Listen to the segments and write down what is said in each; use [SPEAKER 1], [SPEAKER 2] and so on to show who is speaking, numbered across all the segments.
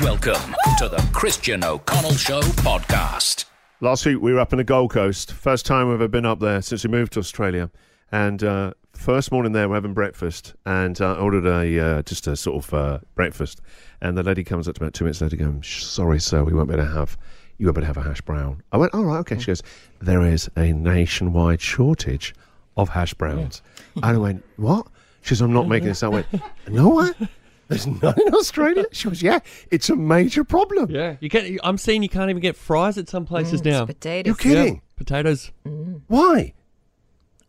[SPEAKER 1] Welcome to the Christian O'Connell Show podcast.
[SPEAKER 2] Last week we were up in the Gold Coast. First time we've ever been up there since we moved to Australia. And uh, first morning there, we're having breakfast, and uh, I ordered a uh, just a sort of uh, breakfast. And the lady comes up to me about two minutes later, going, "Sh- "Sorry, sir, we won't be able to have you won't be able to have a hash brown." I went, "All right, okay." She goes, "There is a nationwide shortage of hash browns," and I went, "What?" She says, "I'm not making this." up." I went, "No what? There's none in Australia." She goes, "Yeah, it's a major problem."
[SPEAKER 3] Yeah, you can't. I'm seeing you can't even get fries at some
[SPEAKER 4] Mm,
[SPEAKER 3] places now.
[SPEAKER 2] You're
[SPEAKER 5] Mm, potatoes.
[SPEAKER 2] kidding?
[SPEAKER 3] Potatoes.
[SPEAKER 2] Why?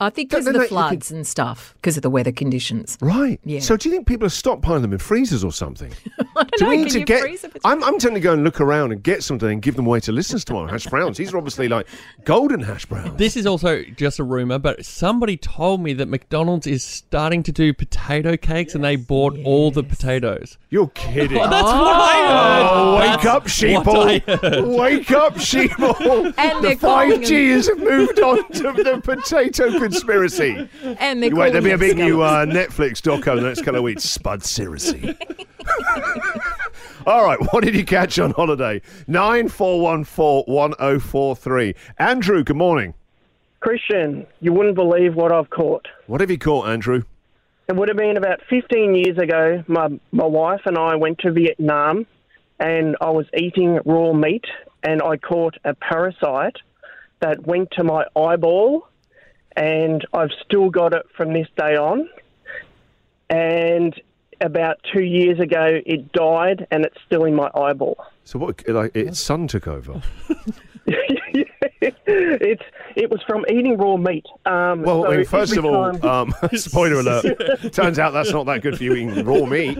[SPEAKER 5] I think because
[SPEAKER 2] No,
[SPEAKER 5] of
[SPEAKER 2] no, no,
[SPEAKER 5] the
[SPEAKER 2] you
[SPEAKER 5] floods and stuff, because of the weether conditions.
[SPEAKER 2] Right.
[SPEAKER 5] Yeah.
[SPEAKER 2] So do you think people are stockpiling them in freezers or something? do
[SPEAKER 5] know,
[SPEAKER 2] we need
[SPEAKER 5] can
[SPEAKER 2] to
[SPEAKER 5] you
[SPEAKER 2] get?
[SPEAKER 5] freeze them? It's-
[SPEAKER 2] I'm, I'm tempted to go and look around and get something and give them away to listeners tomorrow. Hash browns. These are obviously like golden hash browns.
[SPEAKER 3] This is also just a rumor, but somebody told me that McDonald's is starting to do potato cakes, and they bought all the potatoes.
[SPEAKER 2] You're kidding.
[SPEAKER 3] Oh, that's what I heard.
[SPEAKER 2] Oh, wake
[SPEAKER 3] That's
[SPEAKER 2] up,
[SPEAKER 3] what I
[SPEAKER 2] sheeple! Wake up, sheeple!
[SPEAKER 5] And
[SPEAKER 2] the
[SPEAKER 5] they're calling
[SPEAKER 2] five Gs have moved on to the potato conspiracy.
[SPEAKER 5] And they're
[SPEAKER 2] Wait, there'll be a
[SPEAKER 5] calling
[SPEAKER 2] big
[SPEAKER 5] them
[SPEAKER 2] new
[SPEAKER 5] scallops.
[SPEAKER 2] uh, Netflix doco in the next couple of weeks. Spudciracy. All right, what did you catch on holiday? 94141043. Andrew, good morning.
[SPEAKER 4] Christian, you wouldn't believe what I've caught.
[SPEAKER 2] What have you caught, Andrew?
[SPEAKER 4] It would have been about 15 years ago. My my wife and I went to Vietnam, and I was eating raw meat, and I caught a parasite that went to my eyeball, and I've still got it from this day on. And about two years ago, it died, and it's still in my eyeball.
[SPEAKER 2] So what, like, its son took over.
[SPEAKER 4] it's it was from eating raw meat. Um,
[SPEAKER 2] Well,
[SPEAKER 4] so
[SPEAKER 2] I mean, first
[SPEAKER 4] every
[SPEAKER 2] of all,
[SPEAKER 4] time-
[SPEAKER 2] um, spoiler alert, turns out that's not that good for you eating raw meat.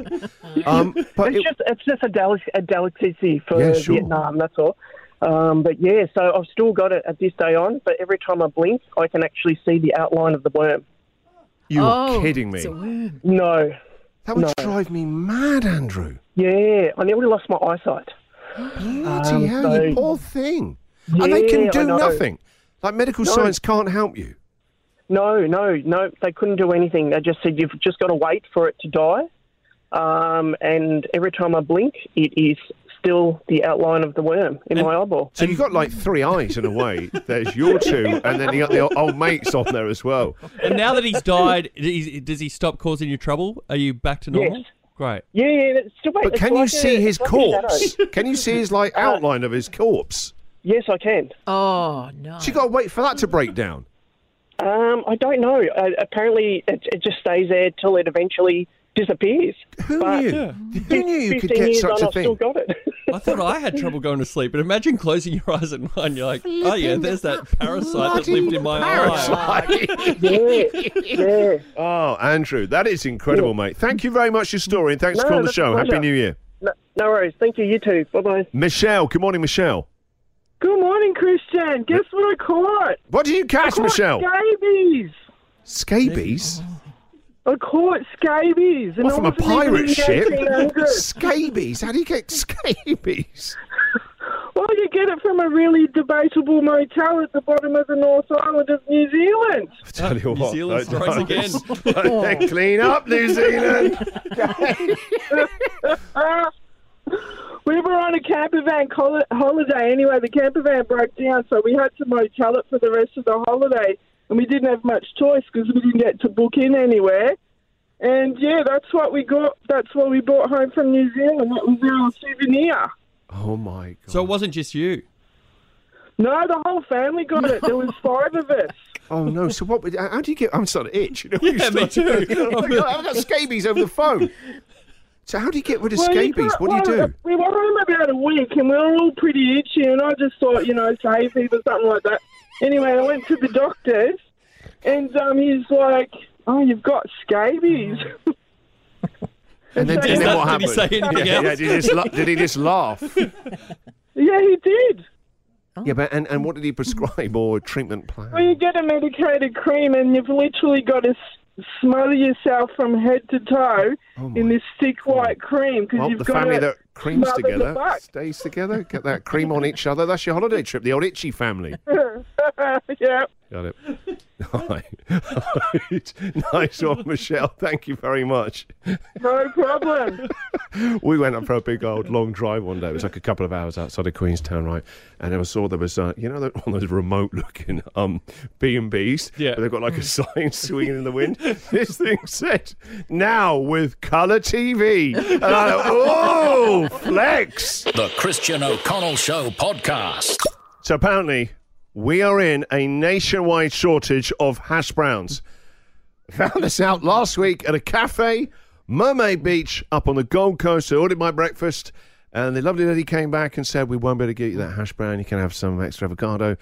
[SPEAKER 2] Um, but
[SPEAKER 4] It's
[SPEAKER 2] it,
[SPEAKER 4] just it's just a, delic a delicacy for
[SPEAKER 2] Yeah, sure.
[SPEAKER 4] Vietnam. That's all. Um, but yeah, so I've still got it at this day on. But every time I blink, I can actually see the outline of the worm.
[SPEAKER 2] you're
[SPEAKER 5] Oh,
[SPEAKER 2] kidding me.
[SPEAKER 5] it's a worm.
[SPEAKER 4] No,
[SPEAKER 2] That would
[SPEAKER 4] No.
[SPEAKER 2] drive me mad, Andrew.
[SPEAKER 4] yeah, I nearly lost my eyesight.
[SPEAKER 2] Bloody
[SPEAKER 4] Um,
[SPEAKER 2] hell, you
[SPEAKER 4] so-
[SPEAKER 2] poor thing. and they
[SPEAKER 4] Yeah,
[SPEAKER 2] can
[SPEAKER 4] I
[SPEAKER 2] do
[SPEAKER 4] know.
[SPEAKER 2] nothing. Like medical
[SPEAKER 4] No.
[SPEAKER 2] science can't help you.
[SPEAKER 4] No, no, no, they couldn't do anything. They just said you've just got to wait for it to die. Um, and every time I blink, it is still the outline of the worm in my eyeball.
[SPEAKER 2] So you've got like three eyes in a way. There's your two, and then you got the old, old mates on there as well.
[SPEAKER 3] And now that he's died, is- does he stop causing you trouble? Are you back to normal?
[SPEAKER 4] Yes.
[SPEAKER 3] Great.
[SPEAKER 4] Yeah, yeah, it's still.
[SPEAKER 2] But
[SPEAKER 4] it's
[SPEAKER 2] can you
[SPEAKER 4] like
[SPEAKER 2] see
[SPEAKER 4] a-
[SPEAKER 2] his
[SPEAKER 4] it's like a shadow. Uh,
[SPEAKER 2] corpse? Can you see his like outline of his corpse?
[SPEAKER 4] Yes, I can.
[SPEAKER 5] Oh, no.
[SPEAKER 2] So you got to wait for that to break down.
[SPEAKER 4] Um, I don't know. Uh, apparently, it, it just stays there till it eventually disappears.
[SPEAKER 2] Who
[SPEAKER 4] But
[SPEAKER 2] knew? Who knew you could
[SPEAKER 4] Uh,
[SPEAKER 2] get
[SPEAKER 4] Fifteen years
[SPEAKER 2] such
[SPEAKER 4] on,
[SPEAKER 2] a
[SPEAKER 4] I've still
[SPEAKER 2] thing?
[SPEAKER 4] got it.
[SPEAKER 3] I thought I had trouble going to sleep, but imagine closing your eyes at night. You're like, oh yeah, there's that parasite that lived in my eye.
[SPEAKER 2] Parasite.
[SPEAKER 4] yeah, yeah.
[SPEAKER 2] oh, Andrew, that is incredible, mate. Thank you very much for your story, and thanks for
[SPEAKER 4] No,
[SPEAKER 2] calling the
[SPEAKER 4] that's a
[SPEAKER 2] show. Happy
[SPEAKER 4] pleasure.
[SPEAKER 2] New Year.
[SPEAKER 4] No, no worries. Thank you. You too. Bye bye.
[SPEAKER 2] Michelle, good morning, Michelle.
[SPEAKER 4] Good morning, Christian. Guess what I caught?
[SPEAKER 2] What did you catch, Michelle?
[SPEAKER 4] scabies.
[SPEAKER 2] Scabies?
[SPEAKER 4] I caught scabies.
[SPEAKER 2] What, from a pirate ship? Scabies? How do you get scabies?
[SPEAKER 4] Well, you get it from a really debatable motel at the bottom of the North Island of New Zealand.
[SPEAKER 2] I tell you
[SPEAKER 3] New
[SPEAKER 2] what,
[SPEAKER 3] Zealand
[SPEAKER 2] those
[SPEAKER 3] strikes
[SPEAKER 2] guys-
[SPEAKER 3] again.
[SPEAKER 4] Oh.
[SPEAKER 2] Clean up, New Zealand.
[SPEAKER 4] We were on a camper van col- holiday anyway. The camper van broke down, so we had to motel it for the rest of the holiday. And we didn't have much choice because we didn't get to book in anywhere. And yeah, that's what we got. That's what we brought home from New Zealand. That was our souvenir.
[SPEAKER 2] Oh my god.
[SPEAKER 3] So it wasn't just you.
[SPEAKER 4] No, the whole family got it. There was five of us.
[SPEAKER 2] Oh no. So what? would- How do you get? I'm starting to itch. You know, you
[SPEAKER 3] Yeah, me
[SPEAKER 2] start-
[SPEAKER 3] too.
[SPEAKER 2] you know, I've got- I've got scabies over the phone. So how do you get rid of
[SPEAKER 4] Well, you
[SPEAKER 2] scabies?
[SPEAKER 4] can't-
[SPEAKER 2] What do you
[SPEAKER 4] well,
[SPEAKER 2] do?
[SPEAKER 4] We were home about a week and we were all pretty itchy, and I just thought, you know, hay fever, something like that. Anyway, I went to the doctor's, and um, he's like, "Oh, you've got scabies."
[SPEAKER 2] And then,
[SPEAKER 4] so
[SPEAKER 2] and
[SPEAKER 4] you-
[SPEAKER 2] then what
[SPEAKER 3] Did he
[SPEAKER 2] happened?
[SPEAKER 3] say anything
[SPEAKER 2] yeah,
[SPEAKER 3] else?
[SPEAKER 2] yeah, did, he just la- did he just laugh?
[SPEAKER 4] yeah, he did.
[SPEAKER 2] Yeah, but and, and what did he prescribe or treatment plan?
[SPEAKER 4] Well, you get a medicated cream, and you've literally got to s- smother yourself from head to toe
[SPEAKER 2] Oh, my
[SPEAKER 4] in this thick white cream because
[SPEAKER 2] Well,
[SPEAKER 4] you've
[SPEAKER 2] the
[SPEAKER 4] got
[SPEAKER 2] family
[SPEAKER 4] to
[SPEAKER 2] that creams
[SPEAKER 4] smother the
[SPEAKER 2] together
[SPEAKER 4] butt.
[SPEAKER 2] stays together. Get that cream on each other. That's your holiday trip, the old itchy family.
[SPEAKER 4] yeah.
[SPEAKER 2] Got it. All right. nice one, Michelle. Thank you very much.
[SPEAKER 4] No problem.
[SPEAKER 2] We went up for a big old long drive one day. It was like a couple of hours outside of Queenstown, right? And I saw there was, uh, you know, that- all those remote-looking um B and B's.
[SPEAKER 3] Yeah.
[SPEAKER 2] They've got like a sign swinging in the wind. this thing said, "Now with color TV." And I thought, "Oh, flex!"
[SPEAKER 1] The Christian O'Connell Show podcast.
[SPEAKER 2] So apparently, we are in a nationwide shortage of hash browns. Found this out last week at a cafe, Mermaid Beach, up on the Gold Coast. I ordered my breakfast, and the lovely lady came back and said, "We won't be able to get you that hash brown. You can have some extra avocado."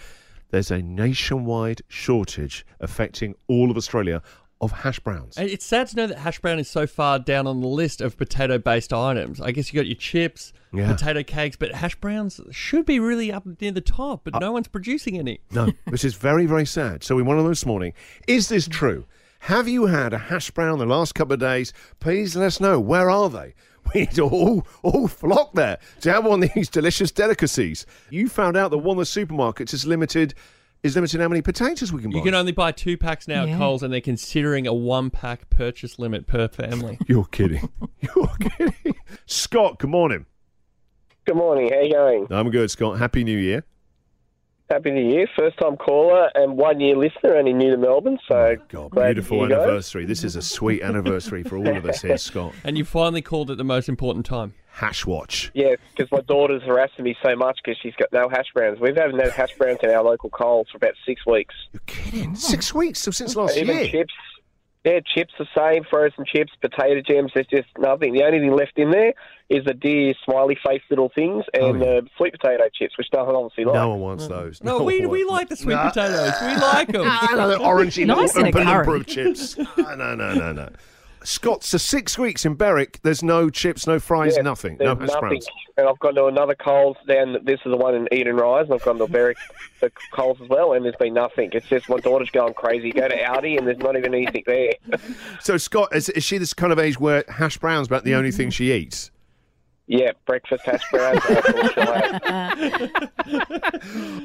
[SPEAKER 2] There's a nationwide shortage affecting all of Australia of hash browns.
[SPEAKER 3] And It's sad to know that hash brown is so far down on the list of potato-based items. I guess you got your chips,
[SPEAKER 2] Yeah.
[SPEAKER 3] potato cakes, but hash browns should be really up near the top,
[SPEAKER 2] Uh,
[SPEAKER 3] but no one's producing any.
[SPEAKER 2] No, which is very, very sad. So we want to know this morning is this true? Have you had a hash brown the last couple of days? Please let us know. Where are they? We need to all, all flock there to have one of these delicious delicacies. You found out that one of the supermarkets is limited. Is limited how many potatoes we can buy.
[SPEAKER 3] You can only buy two packs now
[SPEAKER 5] Yeah.
[SPEAKER 3] at Coles, and they're considering a one-pack purchase limit per family.
[SPEAKER 2] You're kidding. You're kidding. Scott, good morning.
[SPEAKER 4] Good morning. How you going?
[SPEAKER 2] I'm good, Scott. Happy New Year.
[SPEAKER 4] Happy New Year. First time caller and one year listener, only new to Melbourne. So
[SPEAKER 2] Oh God,
[SPEAKER 4] glad
[SPEAKER 2] beautiful
[SPEAKER 4] you guys.
[SPEAKER 2] anniversary. This is a sweet anniversary for all of us here, Scott.
[SPEAKER 3] and you finally called at the most important time.
[SPEAKER 2] Hash watch.
[SPEAKER 4] Yeah, because my daughter's harassing me so much because she's got no hash browns. We haven't had hash browns in our local Coles for about six weeks.
[SPEAKER 2] You're kidding. Six weeks so since last
[SPEAKER 4] Even
[SPEAKER 2] year.
[SPEAKER 4] chips. Yeah, chips the same, frozen chips, potato gems, there's just nothing. The only thing left in there is the dear smiley face little things and
[SPEAKER 2] Oh, yeah.
[SPEAKER 4] the sweet potato chips, which nothing obviously likes.
[SPEAKER 2] No one wants those.
[SPEAKER 3] No, we,
[SPEAKER 2] one
[SPEAKER 3] we
[SPEAKER 2] wants-
[SPEAKER 3] like the sweet
[SPEAKER 2] Nah.
[SPEAKER 3] potatoes. We like them.
[SPEAKER 2] Ah, no, the orangey
[SPEAKER 5] Nice
[SPEAKER 2] little
[SPEAKER 5] in a
[SPEAKER 2] Oompa
[SPEAKER 5] curry.
[SPEAKER 2] Loompa of chips. No, no, no, no, no. Scott, so six weeks in Berwick, there's no chips, no fries,
[SPEAKER 4] Yeah,
[SPEAKER 2] nothing. No
[SPEAKER 4] There's
[SPEAKER 2] hash
[SPEAKER 4] nothing.
[SPEAKER 2] browns.
[SPEAKER 4] And I've gone to another Coles down. This is the one in Eden Rise, and I've gone to Berwick the Coles as well, and there's been nothing. It's just my daughter's going crazy. Go to Audi, and there's not even anything there.
[SPEAKER 2] So, Scott, is, is she this kind of age where hash browns about the only thing she eats?
[SPEAKER 4] yeah, breakfast hash browns. unfortunately.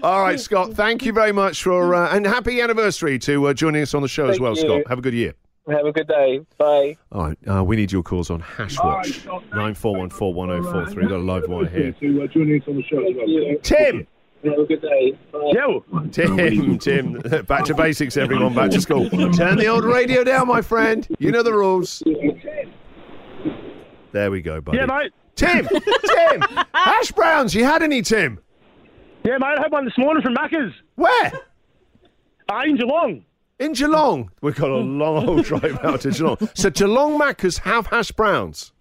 [SPEAKER 2] All right, Scott, thank you very much for, uh, and happy anniversary to uh, joining us on the show as
[SPEAKER 4] Thank
[SPEAKER 2] well,
[SPEAKER 4] you.
[SPEAKER 2] Scott. Have a good year.
[SPEAKER 4] Have a good day. Bye.
[SPEAKER 2] All right, uh, we need your calls on Hash Watch, 94141043. We've got a live wire here. Tim!
[SPEAKER 4] Have a good day. Bye.
[SPEAKER 2] Yo, Tim, Tim, back to basics, everyone, back to school. Turn the old radio down, my friend. You know the rules. There we go, buddy.
[SPEAKER 6] Yeah, mate.
[SPEAKER 2] Tim, Tim, hash browns. You had any, Tim?
[SPEAKER 6] Yeah, mate. I had one this morning from Macca's.
[SPEAKER 2] Where?
[SPEAKER 6] Uh, in Geelong.
[SPEAKER 2] In Geelong. We've got a long old drive out to Geelong. So Geelong Maccas have hash browns.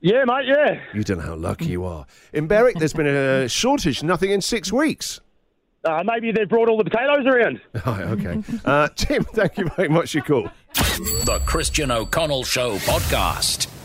[SPEAKER 6] Yeah, mate. Yeah.
[SPEAKER 2] You don't know how lucky you are. In Berwick, there's been a shortage, nothing in six weeks.
[SPEAKER 6] Uh, maybe they brought all the potatoes around.
[SPEAKER 2] Right, okay. Uh, Tim, thank you very much for your call.
[SPEAKER 1] The Christian O'Connell Show podcast.